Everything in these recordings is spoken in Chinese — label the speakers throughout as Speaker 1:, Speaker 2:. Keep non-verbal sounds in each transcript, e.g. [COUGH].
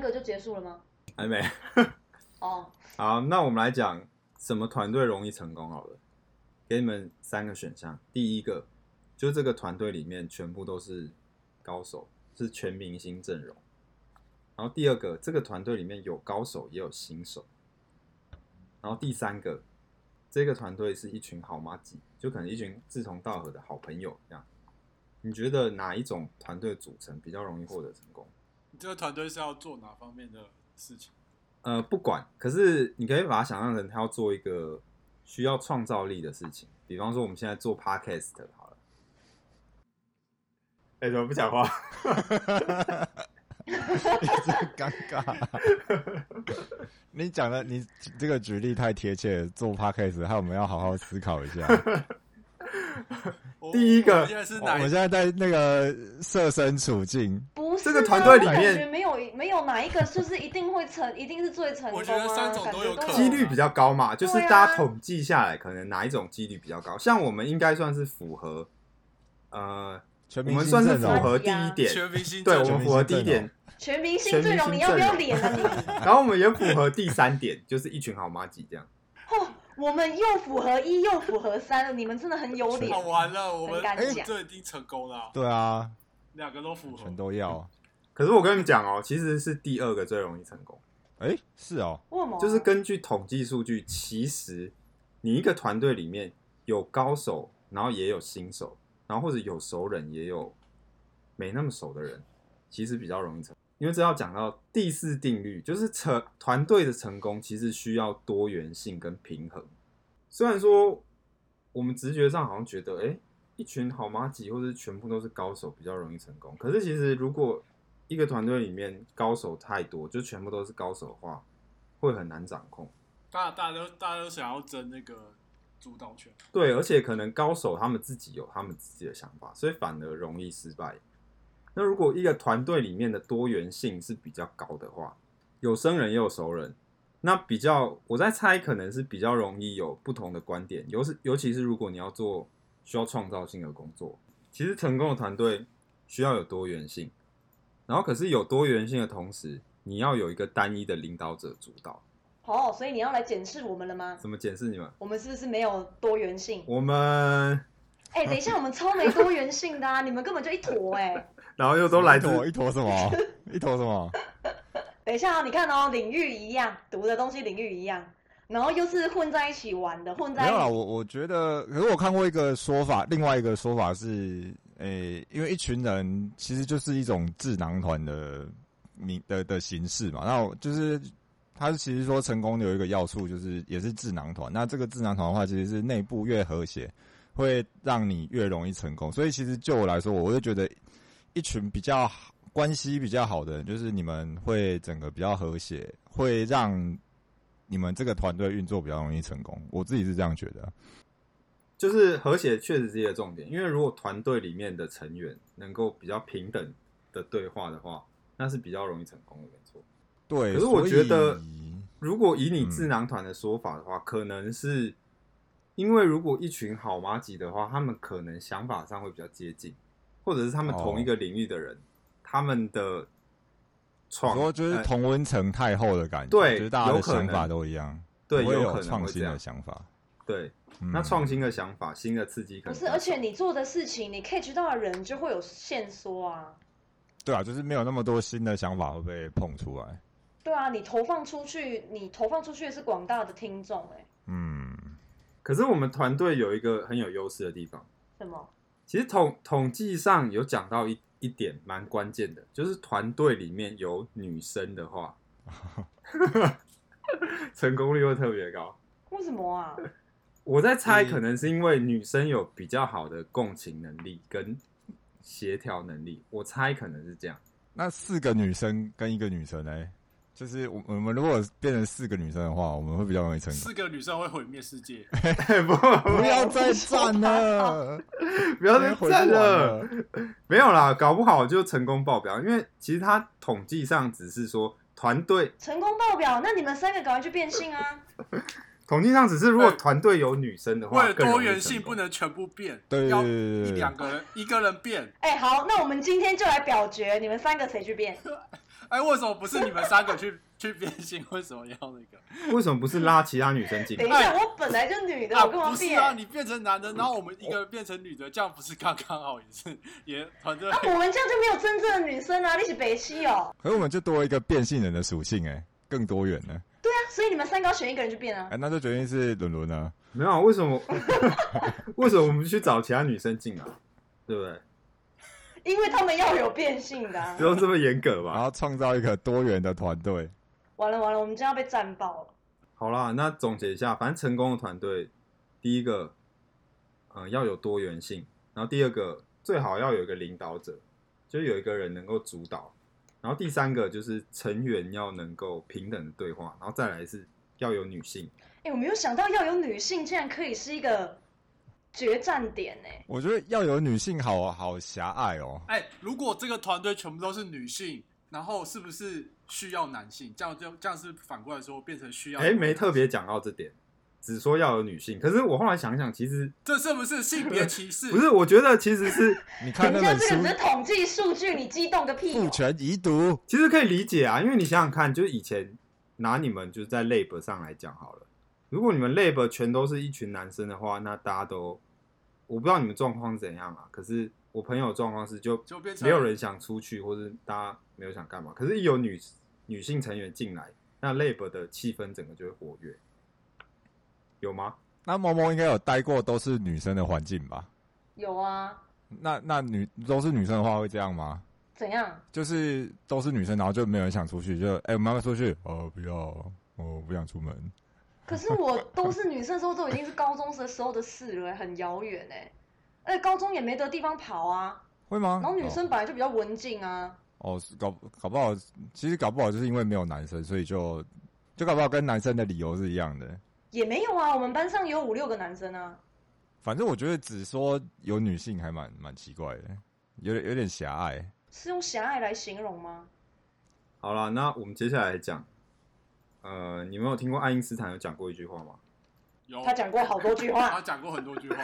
Speaker 1: 个就结束了吗？
Speaker 2: 还没。
Speaker 1: 哦，
Speaker 2: 好，那我们来讲什么团队容易成功好了，给你们三个选项。第一个，就这个团队里面全部都是高手，是全明星阵容。然后第二个，这个团队里面有高手也有新手。然后第三个，这个团队是一群好妈鸡，就可能一群志同道合的好朋友这样。你觉得哪一种团队组成比较容易获得成功？
Speaker 3: 你这个团队是要做哪方面的事情？
Speaker 2: 呃，不管，可是你可以把它想象成他要做一个需要创造力的事情，比方说我们现在做 podcast 好了。哎、怎么不讲话？ [LAUGHS]
Speaker 4: [LAUGHS] 真尴尬。你讲的，你这个举例太贴切了，做 podcast 害我们要好好思考
Speaker 2: [LAUGHS]
Speaker 4: 一下。
Speaker 3: 我
Speaker 2: 第一个
Speaker 3: 我现在是
Speaker 4: 哦我
Speaker 3: 哪一
Speaker 4: 现在在那个设身处境，
Speaker 1: 不是啊、
Speaker 2: 这个团队里
Speaker 1: 我感觉
Speaker 2: 面
Speaker 1: 没有没有哪一个就是一定会成，一定是最成功、啊。
Speaker 3: 我觉得三种
Speaker 1: 感
Speaker 3: 都有
Speaker 1: 觉
Speaker 3: 可能
Speaker 2: 几率比较高嘛，就是大家
Speaker 1: 对啊
Speaker 2: 统计下来，可能哪一种几率比较高？像我们应该算是符合，呃，
Speaker 4: 全
Speaker 2: 我
Speaker 4: 明
Speaker 2: 们
Speaker 4: 星
Speaker 2: 算是
Speaker 4: 阵
Speaker 2: 符
Speaker 4: 容
Speaker 2: 合第一点，
Speaker 3: 全明星
Speaker 2: 对
Speaker 3: 阵
Speaker 2: 我
Speaker 3: 容
Speaker 2: 们符合第一
Speaker 4: [LAUGHS]
Speaker 2: 点，
Speaker 1: 全明星阵容，
Speaker 2: 全
Speaker 1: 你
Speaker 2: 明星阵容
Speaker 1: 要不要脸啊你？
Speaker 2: 然后我们也符合第三点，就是一群好妈鸡这样。
Speaker 1: 我们又符合一又符合三了，你们真的很有脸
Speaker 3: 好。啊完了，我们
Speaker 1: 很敢
Speaker 3: 哎
Speaker 1: 讲
Speaker 3: 这已经成功了啊，
Speaker 4: 对啊，
Speaker 3: 两个都符合
Speaker 4: 全。都要。
Speaker 2: 可是我跟你们讲哦，其实是第二个最容易成功。
Speaker 4: 哎、是哦，
Speaker 1: 为什么啊？
Speaker 2: 就是根据统计数据，其实你一个团队里面有高手，然后也有新手，然后或者有熟人，也有没那么熟的人，其实比较容易成。因为这要讲到第四定律，就是成团队的成功其实需要多元性跟平衡。虽然说我们直觉上好像觉得，哎、一群好妈吉或者全部都是高手比较容易成功，可是其实如果一个团队里面高手太多，就全部都是高手的话，会很难掌控。
Speaker 3: 大家大家都大家都想要争那个主导权，
Speaker 2: 对，而且可能高手他们自己有他们自己的想法，所以反而容易失败。那如果一个团队里面的多元性是比较高的话，有生人也有熟人，那比较我在猜可能是比较容易有不同的观点，尤是尤其是如果你要做需要创造性的工作，其实成功的团队需要有多元性，然后可是有多元性的同时，你要有一个单一的领导者主导。
Speaker 1: 哦，所以你要来检视我们了吗？
Speaker 2: 怎么解释你们？
Speaker 1: 我们是不是没有多元性？
Speaker 2: 我们
Speaker 1: 哎、等一下，我们超没多元性的啊！你们根本就一坨哎、
Speaker 2: 然后又都来
Speaker 4: 一
Speaker 2: 自
Speaker 4: 坨一坨什么？一坨什么？
Speaker 1: 等一下、哦，你看哦，领域一样，读的东西领域一样，然后又是混在一起玩的，混在
Speaker 4: 没
Speaker 1: 一
Speaker 4: 有啊啦，
Speaker 1: 起。
Speaker 4: 我我觉得，可是我看过一个说法，另外一个说法是，诶、因为一群人其实就是一种智囊团的名的的形式嘛。那我就是他其实说成功有一个要素，就是也是智囊团。那这个智囊团的话，其实是内部越和谐，会让你越容易成功。所以其实就我来说，我就觉得一群比较好关系比较好的人，就是你们会整个比较和谐，会让你们这个团队运作比较容易成功。我自己是这样觉得。啊
Speaker 2: 就是和谐确实是一个重点，因为如果团队里面的成员能够比较平等的对话的话，那是比较容易成功的，没错。
Speaker 4: 对，
Speaker 2: 可是我
Speaker 4: 所以嗯
Speaker 2: 觉得如果以你智囊团的说法的话，可能是因为如果一群好妈吉的话，他们可能想法上会比较接近，或者是他们
Speaker 4: 哦
Speaker 2: 同一个领域的人，他们的
Speaker 4: 有
Speaker 2: 创
Speaker 4: 时候就是
Speaker 2: 呃
Speaker 4: 同温层太厚的感觉，
Speaker 2: 对
Speaker 4: 就是大家
Speaker 2: 有
Speaker 4: 的
Speaker 2: 可能
Speaker 4: 想法都一样，
Speaker 2: 对
Speaker 4: 不会
Speaker 2: 有可能
Speaker 4: 创
Speaker 2: 会这
Speaker 4: 新的
Speaker 2: 样。
Speaker 4: 想法。
Speaker 2: 对，
Speaker 4: 嗯
Speaker 2: 那创新的想法、新的刺激
Speaker 1: 不
Speaker 2: 可能
Speaker 1: 是，而且你做的事情，你 catch 到的人就会有线索啊。
Speaker 4: 对啊，就是没有那么多新的想法会被碰出来。
Speaker 1: 对啊，你投放出去，你投放出去的是广大的听众哎、
Speaker 4: 嗯，
Speaker 2: 可是我们团队有一个很有优势的地方，
Speaker 1: 什么？
Speaker 2: 其实统统计上有讲到一一点蛮关键的，就是团队里面有女生的话，成功率会特别高。
Speaker 1: 为什么啊？
Speaker 2: 我在猜，
Speaker 4: 嗯
Speaker 2: 可能是因为女生有比较好的共情能力跟协调能力，我猜可能是这样。
Speaker 4: 那四个女生跟一个女生呢？就是我我们如果变成四个女生的话，我们会比较容易成功。
Speaker 3: 四个女生会毁灭世界。
Speaker 2: 不，
Speaker 4: 不要再站了，
Speaker 2: 不要再
Speaker 4: 回
Speaker 2: 站了。
Speaker 4: 了。
Speaker 2: 没有啦，搞不好就成功爆表，因为其实他统计上只是说团队
Speaker 1: 成功爆表，那你们三个赶快去变性啊！ [LAUGHS]
Speaker 2: 统计上只是，如果
Speaker 3: 对
Speaker 2: 团队有女生的话，
Speaker 3: 为了
Speaker 2: 更容
Speaker 3: 多
Speaker 2: 易
Speaker 3: 元
Speaker 2: 成
Speaker 3: 性，
Speaker 2: 功
Speaker 3: 不能全部变，
Speaker 4: 对
Speaker 3: 要
Speaker 4: 对对
Speaker 3: 一
Speaker 4: 对对
Speaker 3: 两个人，一个人变。
Speaker 1: 哎、好，那我们今天就来表决，你们三个谁去变？
Speaker 3: 哎，为什么不是你们三个去去变性？为什么要那个？
Speaker 2: 为什么不是拉其他女生进
Speaker 1: 等
Speaker 2: 来
Speaker 1: 一？下，我本来就女的，
Speaker 3: 啊，
Speaker 1: 我干
Speaker 3: 不
Speaker 1: 嘛
Speaker 3: 是
Speaker 1: 变？
Speaker 3: 啊，你变成男的，然后我们一个变成女的，这样不是刚刚好也是也团队
Speaker 1: 啊，我们这样就没有真正的女生啊，你是北西哦。
Speaker 4: 可是我们就多了一个变性人的属性、哎，更多元呢。
Speaker 1: 对啊，所以你们三个要选一个人去变啊
Speaker 4: 哎、。那就决定是伦伦啊。
Speaker 2: 没有啊，为什么？ [LAUGHS] 为什么我们去找其他女生进来？对不对？
Speaker 1: 因为他们要有变性的、
Speaker 3: [LAUGHS]
Speaker 1: 啊
Speaker 2: 不。用这么严格
Speaker 4: 然
Speaker 2: 吧？
Speaker 4: 后创造一个多元的团队。
Speaker 1: 完了完了，我们这样被战爆了。
Speaker 2: 好啦，那总结一下，反正成功的团队，第一个，呃，要有多元性，然后第二个，最好要有一个领导者，就有一个人能够主导，然后第三个就是成员要能够平等的对话，然后再来是要有女性。
Speaker 1: 哎、我没有想到要有女性，竟然可以是一个决战点呢、
Speaker 4: 我觉得要有女性好，好狭隘哦。
Speaker 3: 哎、如果这个团队全部都是女性，然后是不是需要男性？这样就这样是反过来说变成需要？
Speaker 2: 哎，没特，别讲到这点，只说要有女性，可是我后来想一想，其实
Speaker 3: 这是不是性别歧视？
Speaker 2: 不是，我觉得其实是。
Speaker 4: 你看
Speaker 1: 人家
Speaker 4: 那本
Speaker 1: 这个只是
Speaker 4: 书
Speaker 1: 统计数据，你激动个
Speaker 4: 《
Speaker 1: 屁、
Speaker 4: 父
Speaker 1: 哦！
Speaker 4: 权遗毒》，
Speaker 2: 其实可以理解啊，因为你想想看，就是以前拿你们就是在 lab 上来讲好了，如果你们 lab 全都是一群男生的话，那大家都我不知道你们状况是怎样啊，可是我朋友的状况是就
Speaker 3: 就变成
Speaker 2: 没有人想出去，或是大家没有想干嘛，可是一有女女性成员进来，那 lab 的气氛整个就会活跃，有吗？
Speaker 4: 那萌萌应该有待过都是女生的环境吧？
Speaker 1: 有啊，
Speaker 4: 那那女都是女生的话会这样吗？
Speaker 1: 怎样？
Speaker 4: 就是都是女生，然后就没有人想出去，就哎、我们要不要出去？哦，不要，哦，不想出门。
Speaker 1: 可是
Speaker 4: [LAUGHS]
Speaker 1: 我都是女生的时候，都已经是高中时时候的事了、很遥远哎。而且高中也没得地方跑啊，
Speaker 4: 会吗？
Speaker 1: 然后女生本来就比较文静啊，
Speaker 4: 哦，哦搞搞不好，其实搞不好就是因为没有男生，所以就就搞不好跟男生的理由是一样的。
Speaker 1: 也没有啊。我们班上有五六个男生啊，
Speaker 4: 反正我觉得只说有女性还蛮蛮奇怪的，有点有点狭隘。
Speaker 1: 是用狭隘来形容吗？
Speaker 2: 好了，那我们接下来讲，呃，你们有听过爱因斯坦有讲过一句话吗？
Speaker 3: 有
Speaker 1: 他讲过好多句话
Speaker 3: 他，讲过很多
Speaker 1: [LAUGHS]
Speaker 3: 句话，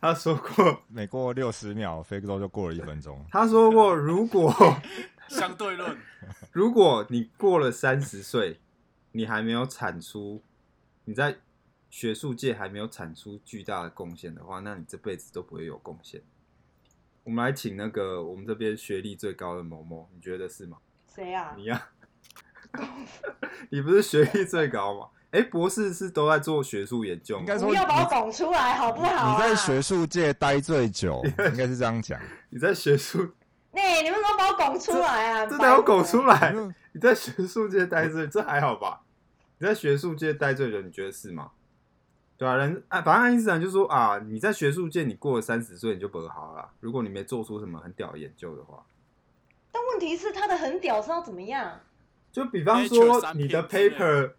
Speaker 2: 他说过，
Speaker 4: 每过六十秒，非洲就过了一分钟。
Speaker 2: 他说过，如果 [LAUGHS]
Speaker 3: 相对论。
Speaker 2: 如果你过了三十岁，你还没有产出，你在学术界还没有产出巨大的贡献的话，那你这辈子都不会有贡献。我们来请那个我们这边学历最高的某某，你觉得是吗？ [LAUGHS]
Speaker 1: 谁啊？
Speaker 2: 你呀、你不是学历最高吗？哎、博士是都在做学术研究吗
Speaker 4: 应该是
Speaker 1: 不要把我拱出来好不好、啊？
Speaker 4: 你在学术界待
Speaker 1: [LAUGHS]
Speaker 4: 最久，应该是这样讲。
Speaker 2: 你在学术，
Speaker 1: 哎、你们怎么把我拱出来啊？
Speaker 2: 这哪有狗出
Speaker 1: 哎
Speaker 2: 来？
Speaker 4: [LAUGHS] 因为
Speaker 2: 你在学术界待最，这还好吧？你在学术界待最久，你觉得是吗？对啊，人啊，反正爱因斯坦就说啊，你在学术界你过了三十岁你就不好了，如果你没做出什么很屌的研究的话，
Speaker 1: 但问题是他的很屌是要怎么样？
Speaker 2: 就比方
Speaker 3: Nature
Speaker 2: 说
Speaker 3: 三
Speaker 2: 你
Speaker 3: 篇
Speaker 2: 的
Speaker 3: 之类的
Speaker 2: paper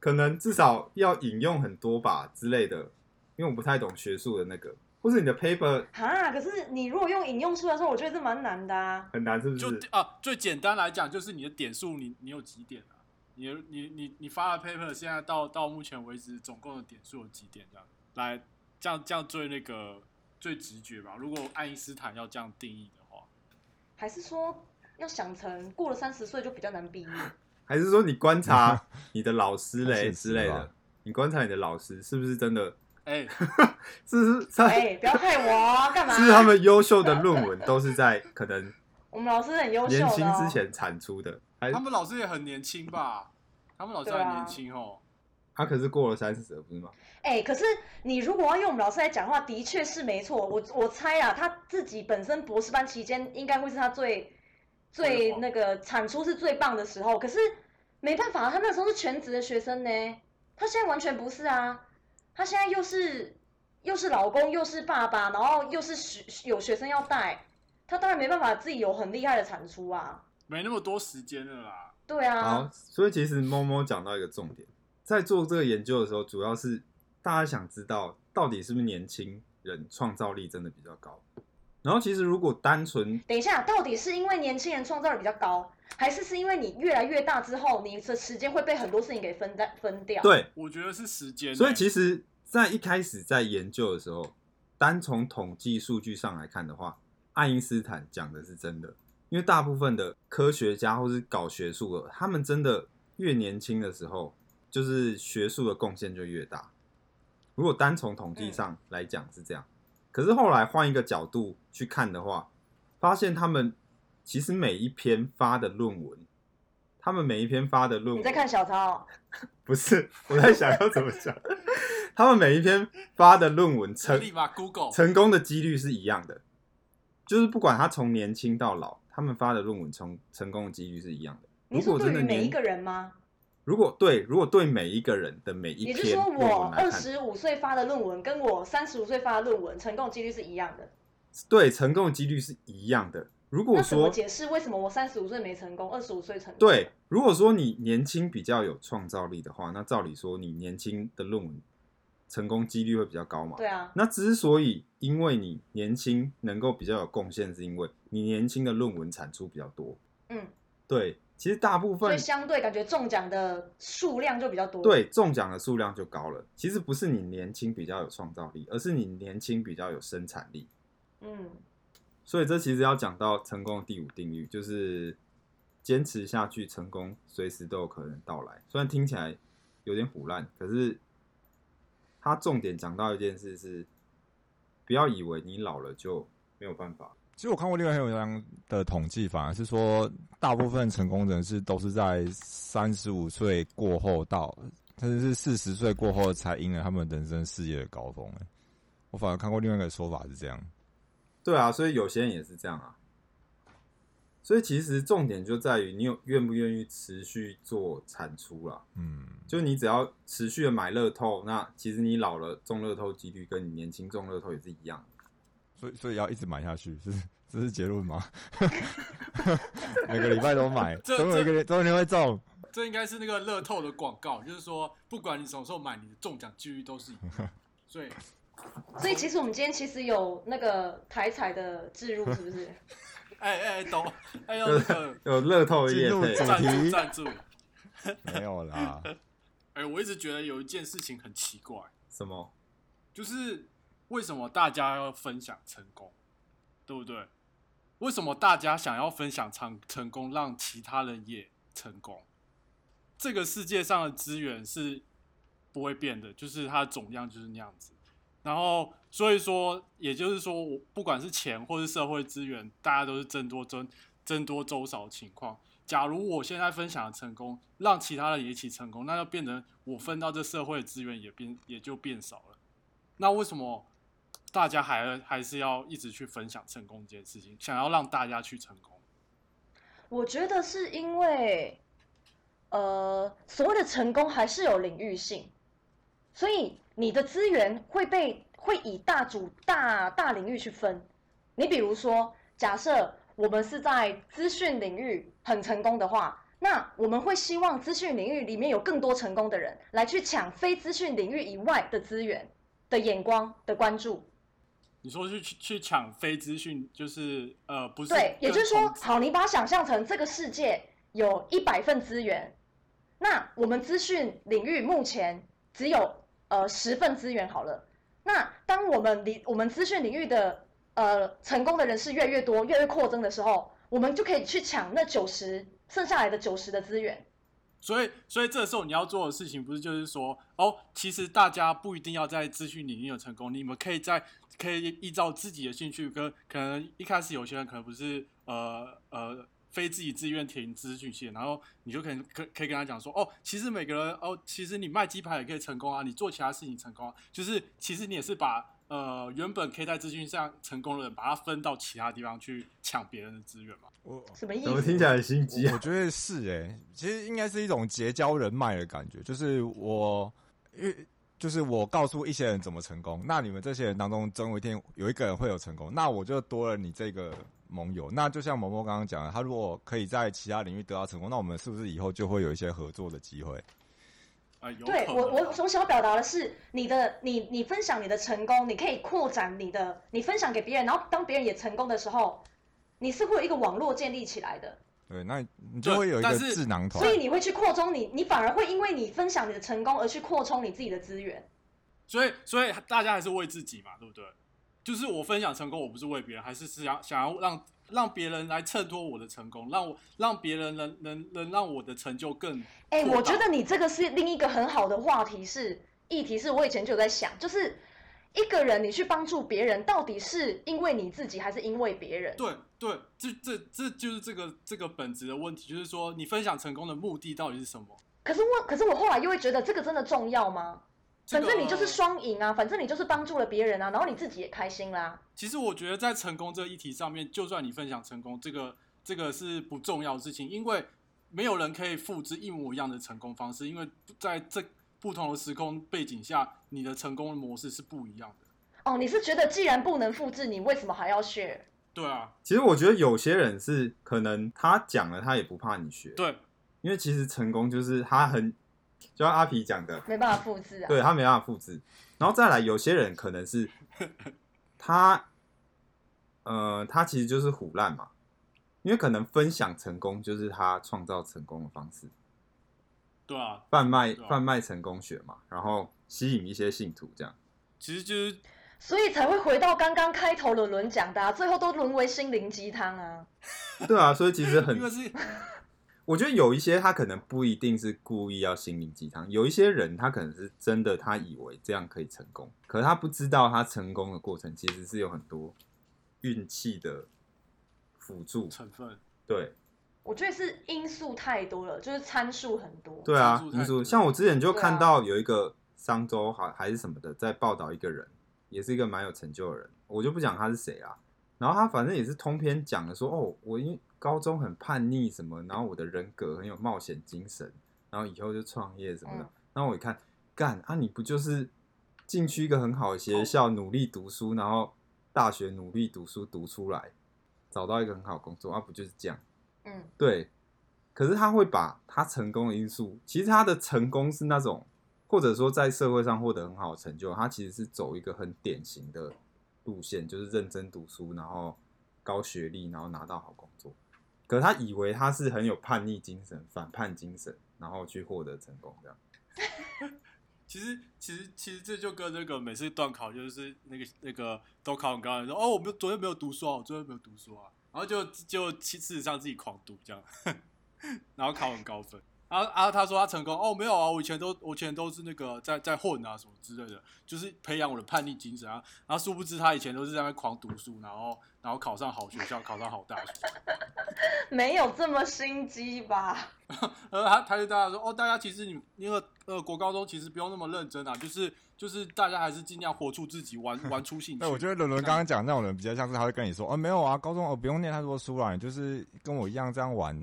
Speaker 2: 可能至少要引用很多吧之类的，因为我不太懂学术的那个，或是你的 paper
Speaker 1: 哈，可是你如果用引用出来说，我觉得这蛮难的啊。
Speaker 2: 很难，是不？
Speaker 3: 就是啊，最简单来讲就是你的点数，你你有几点啊？你你你你发的 paper 现在到到目前为止总共的点数有几点？这样来这样这样最那个最直觉吧。如果爱因斯坦要这样定义的话，
Speaker 1: 还是说要想成过了三十岁就比较难毕业？
Speaker 2: 还是说你观察
Speaker 4: [LAUGHS]
Speaker 2: 你的老师
Speaker 4: 太
Speaker 2: 嘞
Speaker 4: 现
Speaker 2: 之
Speaker 4: 实
Speaker 2: 类
Speaker 4: 了
Speaker 2: 的
Speaker 4: 吧？
Speaker 2: 你观察你的老师是不是真的？
Speaker 3: 哎、
Speaker 2: 是不是在？
Speaker 1: 哎、不要害我啊，干嘛？
Speaker 2: [LAUGHS] 是他们优秀的论文都是在可能
Speaker 1: 我们老师很优秀的、
Speaker 2: 年
Speaker 1: 哦。
Speaker 2: 轻之前产出的，还
Speaker 3: 他们老师也很年轻吧？他们老师
Speaker 1: 对
Speaker 3: 很
Speaker 1: 啊
Speaker 3: 年轻哦。
Speaker 2: 他可是过了三十了，不是吗？
Speaker 1: 哎、可是你如果要用我们老师来讲话，的确是没错。我我猜啊，他自己本身博士班期间应该会是他最
Speaker 3: 最
Speaker 1: 最
Speaker 3: 红
Speaker 1: 那个产出是最棒的时候。可是没办法，他那时候是全职的学生呢，他现在完全不是啊。他现在又是又是老公，又是爸爸，然后又是学有学生要带，他当然没办法自己有很厉害的产出啊。
Speaker 3: 没那么多时间了啦。
Speaker 1: 对啊
Speaker 2: 好，，所以其实猫猫讲到一个重点，在做这个研究的时候，主要是大家想知道到底是不是年轻人创造力真的比较高。然后其实如果单纯
Speaker 1: 等一下，到底是因为年轻人创造力比较高，还是是因为你越来越大之后，你的时间会被很多事情给分担分掉？，
Speaker 2: 对，
Speaker 3: 我觉得是时间欸、
Speaker 2: 所以其实，在一开始在研究的时候，单从统计数据上来看的话，爱因斯坦讲的是真的，因为大部分的科学家或是搞学术的，他们真的越年轻的时候，就是学术的贡献就越大。如果单从统
Speaker 1: 嗯
Speaker 2: 计上来讲是这样，可是后来换一个角度去看的话，发现他们其实每一篇发的论文，他们每一篇发的论文，
Speaker 1: 你在看小抄哦、
Speaker 2: 不是，我在想要怎么讲。 [LAUGHS] 他们每一篇发的论文成
Speaker 3: 立马 Google
Speaker 2: 成功的几率是一样的，就是不管他从年轻到老，他们发的论文成成功的几率是一样的。
Speaker 1: 你
Speaker 2: 如
Speaker 1: 说
Speaker 2: 果
Speaker 1: 对
Speaker 2: 真的
Speaker 1: 于每一
Speaker 2: 年，
Speaker 1: 个人吗？
Speaker 2: 如果对，如果对每一个人的每一
Speaker 1: 也就
Speaker 2: 篇
Speaker 1: 是说
Speaker 2: 论
Speaker 1: 我
Speaker 2: 文来
Speaker 1: 二
Speaker 2: 看，
Speaker 1: 十五岁发的论文跟我三十五岁发的论文成功几率是一样的。
Speaker 2: 对成功的几率是一样的。如果
Speaker 1: 那怎么
Speaker 2: 说
Speaker 1: 解释为什么我三十五岁没成功，二十五岁成功？
Speaker 2: 对，，如果说你年轻比较有创造力的话，那照理说你年轻的论文成功几率会比较高嘛？
Speaker 1: 对啊，
Speaker 2: 那之所以因为你年轻能够比较有贡献，是因为你年轻的论文产出比较多。
Speaker 1: 嗯，
Speaker 2: 对，其实大部
Speaker 1: 所
Speaker 2: 分
Speaker 1: 以相对感觉中奖的数量就比较多。，
Speaker 2: 对中奖的数量就高了。其实不是你年轻比较有创造力，而是你年轻比较有生产力。
Speaker 1: 嗯，
Speaker 2: 所以这其实要讲到成功的第五定律，就是坚持下去，成功随时都有可能到来。虽然听起来有点虎烂，可是他重点讲到一件事是，不要以为你老了就没有办法。
Speaker 4: 其实我看过另外一篇文章的统计，反而是说，大部分成功人士都是在三十五岁过后到，甚至是四十岁过后才迎来他们人生事业的高峰、欸。我反而看过另外一个说法是这样，
Speaker 2: 对啊，所以有些人也是这样啊。所以其实重点就在于你有愿不愿意持续做产出啦。
Speaker 4: 嗯，
Speaker 2: 就你只要持续的买乐透，那其实你老了中乐透几率跟你年轻中乐透也是一样。
Speaker 4: 所以所以要一直买下去，是这是结论吗？
Speaker 3: [LAUGHS]
Speaker 4: 每个礼拜都买，
Speaker 3: 这
Speaker 4: 总有一个总有一天会中。
Speaker 3: 这应该是那个乐透的广告，就是说，不管你什么时候买，你的中奖几率都是一
Speaker 2: [LAUGHS]
Speaker 3: 样。所以
Speaker 1: 所以其实我们今天其实有那个台彩的置入，是不是？
Speaker 3: 哎哎，懂？哎呦，那个
Speaker 2: 有乐透的
Speaker 4: 进
Speaker 2: 业
Speaker 4: 入
Speaker 2: 配， [LAUGHS] 啊
Speaker 4: 主
Speaker 3: 赞助
Speaker 4: 题
Speaker 3: 赞助。
Speaker 4: 没
Speaker 3: [LAUGHS]
Speaker 4: 有啦，
Speaker 3: 哎，我一直觉得有一件事情很奇怪，
Speaker 2: 什么？
Speaker 3: 就是为什么大家要分享成功，对不对？为什么大家想要分享成成功，让其他人也成功？这个世界上的资源是不会变的，就是它的总量就是那样子。然后，所以说，也就是说，我不管是钱或是社会资源，大家都是争多争争多周少的情况。假如我现在分享的成功，让其他人也一起成功，那就变成我分到这社会的资源也变也就变少了。那为什么大家还还是要一直去分享成功这件事情，想要让大家去成功？
Speaker 1: 我觉得是因为，呃，所谓的成功还是有领域性，所以你的资源会被会以大主大大领域去分。你比如说，假设我们是在资讯领域很成功的话，那我们会希望资讯领域里面有更多成功的人来去抢非资讯领域以外的资源的眼光的关注。
Speaker 3: 你说去去去抢非资讯，就是呃，不是
Speaker 1: 对，也就是
Speaker 3: 跟
Speaker 1: 说，
Speaker 3: 同
Speaker 1: 好，你把它想象成这个世界有一百份资源，那我们资讯领域目前只有呃十份资源好了。那当我们离我们资讯领域的呃成功的人士越来越多、越来越扩增的时候，我们就可以去抢那九十剩下来的九十的资源。
Speaker 3: 所以，所以这时候你要做的事情，不是就是说，哦，其实大家不一定要在资讯领域有成功，你们可以在可以依照自己的兴趣跟可能一开始有些人可能不是呃呃非自己自愿填资讯系，然后你就可能可可以跟他讲说，哦，其实每个人哦，其实你卖鸡排也可以成功啊，你做其他事情成功啊，就是其实你也是把呃原本可以在资讯上成功的人，把它分到其他地方去抢别人的资源嘛。
Speaker 4: 我
Speaker 1: 什么意
Speaker 2: 怎么
Speaker 1: 思？
Speaker 2: 听起来很心机
Speaker 4: 我
Speaker 2: 啊
Speaker 4: 我？觉得是诶、其实应该是一种结交人脉的感觉，就是我，因为就是我告诉一些人怎么成功，那你们这些人当中，总有一天有一个人会有成功，那我就多了你这个盟友。那就像某某刚刚讲的，他如果可以在其他领域得到成功，那我们是不是以后就会有一些合作的机会？
Speaker 3: 啊、有可能
Speaker 1: 对我，我
Speaker 3: 啊
Speaker 1: 我想要表达的是，你的你你分享你的成功，你可以扩展你的，你分享给别人，然后当别人也成功的时候，你是会有一个网络建立起来的，
Speaker 4: 对，那你就会有
Speaker 3: 对
Speaker 4: 一个
Speaker 3: 但是
Speaker 4: 智囊团
Speaker 1: 所。以你会去扩充你，你反而会因为你分享你的成功而去扩充你自己的资源。
Speaker 3: 所以，所以大家还是为自己嘛，对不对？就是我分享成功，我不是为别人，还是是想想要让让别人来衬托我的成功，让我让别人能能能让我的成就更
Speaker 1: 哎、
Speaker 3: 做
Speaker 1: 我觉
Speaker 3: 到
Speaker 1: 得你这个是另一个很好的话题是议题，是我以前就有在想，就是一个人你去帮助别人，到底是因为你自己还是因为别人？
Speaker 3: 对对，这这这就是这个这个本质的问题，就是说你分享成功的目的到底是什么？
Speaker 1: 可是我，可是我后来又会觉得这个真的重要吗？
Speaker 3: 这
Speaker 1: 反
Speaker 3: 个
Speaker 1: 正你就是双赢啊，反正你就是帮助了别人啊，然后你自己也开心啦。
Speaker 3: 其实我觉得在成功这个议题上面，就算你分享成功，这个这个是不重要的事情，因为没有人可以复制一模一样的成功方式，因为在这不同的时空背景下，你的成功模式是不一样的。
Speaker 1: 哦，你是觉得既然不能复制，你为什么还要学？
Speaker 3: 对啊，
Speaker 2: 其实我觉得有些人是可能他讲了，他也不怕你学，
Speaker 3: 对，
Speaker 2: 因为其实成功就是他很，就像阿皮讲的，
Speaker 1: 没办法复制啊。
Speaker 2: 对他没办法复制。然后再来，有些人可能
Speaker 3: [LAUGHS]
Speaker 2: 是他，呃，他其实就是虎烂嘛，因为可能分享成功就是他创造成功的方式，
Speaker 3: 对啊，
Speaker 2: 贩卖
Speaker 3: 对啊
Speaker 2: 贩卖成功学嘛，然后吸引一些信徒这样。
Speaker 3: 其实就是
Speaker 1: 所以才会回到刚刚开头伦伦讲的、啊，最后都沦为心灵鸡汤啊。
Speaker 2: 对啊，所以其实很
Speaker 3: [LAUGHS] 因为是
Speaker 2: 我觉得有一些他可能不一定是故意要心灵鸡汤，有一些人他可能是真的，他以为这样可以成功，可是他不知道他成功的过程其实是有很多运气的辅助。
Speaker 3: 成分，
Speaker 2: 对
Speaker 1: 我觉得是因素太多了，就是参数很多。
Speaker 2: 对啊
Speaker 3: 辅助，太
Speaker 2: 你说
Speaker 3: 多
Speaker 2: 像我之前就
Speaker 1: 对啊
Speaker 2: 看到有一个商周还还是什么的在报道一个人，也是一个蛮有成就的人，我就不讲他是谁啦。然后他反正也是通篇讲的说，哦，我因为高中很叛逆什么，然后我的人格很有冒险精神，然后以后就创业什么的。
Speaker 1: 嗯
Speaker 2: 然后我一看，干啊，你不就是进去一个很好的学校，努力读书，然后大学努力读书读出来，找到一个很好的工作，啊，不就是这样？
Speaker 1: 嗯，
Speaker 2: 对，可是他会把他成功的因素，其实他的成功是那种，或者说在社会上获得很好的成就，他其实是走一个很典型的路线，就是认真读书，然后高学历，然后拿到好工作。可是他以为他是很有叛逆精神、反叛精神，然后去获得成功这样。
Speaker 3: 其实其实其实这就跟那个每次段考就是那个那个都考很高的人说哦，我没有昨天没有读书啊，我昨天没有读书啊，然后就就其事实上自己狂读这样， [LAUGHS] 然后考很高分。然后啊，他说他成功哦，没有啊，我以前都我以前都是那个在在混啊什么之类的，就是培养我的叛逆精神啊。然后殊不知他以前都是在那狂读书，然后然后考上好学校，考上好大学。
Speaker 1: 没有这么心机吧？
Speaker 3: 呃，他他就大家说，哦，大家其实你那个呃国高中其实不用那么认真啊，就是就是大家还是尽量活出自己，
Speaker 4: [LAUGHS]
Speaker 3: 玩玩出
Speaker 2: [LAUGHS]
Speaker 3: 兴趣。
Speaker 4: 对，我觉得伦伦刚刚讲那种人比较像是他会跟你说，哦，没有啊，高中哦不用念太多书啦，你就是跟我一样这样玩，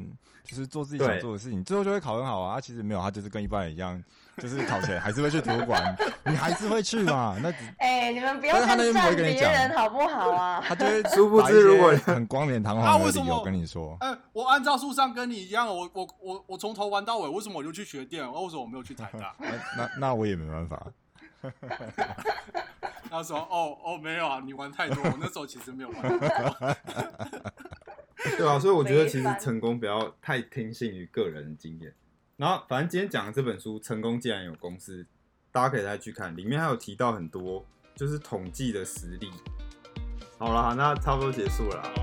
Speaker 4: 就是做自己想
Speaker 2: 对
Speaker 4: 做的事情，最后就会考很好啊。啊其实没有，他就是跟一般人一样，就是考前还是会去图书馆，你还是会去嘛。那只
Speaker 1: 哎、你们不要
Speaker 4: 但是他
Speaker 1: 再
Speaker 4: 那边不
Speaker 1: 赞
Speaker 4: 会跟你
Speaker 1: 别
Speaker 4: 讲
Speaker 1: 人好不好啊？ [LAUGHS]
Speaker 4: 他就会
Speaker 2: 殊不知如果
Speaker 4: 把一些很光冕堂
Speaker 3: 啊
Speaker 4: 皇
Speaker 3: 为
Speaker 4: 的
Speaker 3: 什
Speaker 4: 理
Speaker 3: 么
Speaker 4: 由跟你说，？
Speaker 3: 哎、我按照树上跟你一样，我我我我从头玩到尾，为什么我就去学电？哦为什么我没有去台大 [LAUGHS]
Speaker 4: 那那那我也没办法。
Speaker 3: 他说，哦哦，没有啊，你玩太多，我那时候其实没有玩太多。
Speaker 2: 对啊，所以我觉得其
Speaker 1: 没
Speaker 2: 实
Speaker 1: 办法
Speaker 2: 成功不要太听信于个人经验。然后，反正今天讲的这本书《成功既然有公司》，大家可以再去看，里面还有提到很多就是统计的实例。好啦，那差不多结束了啦。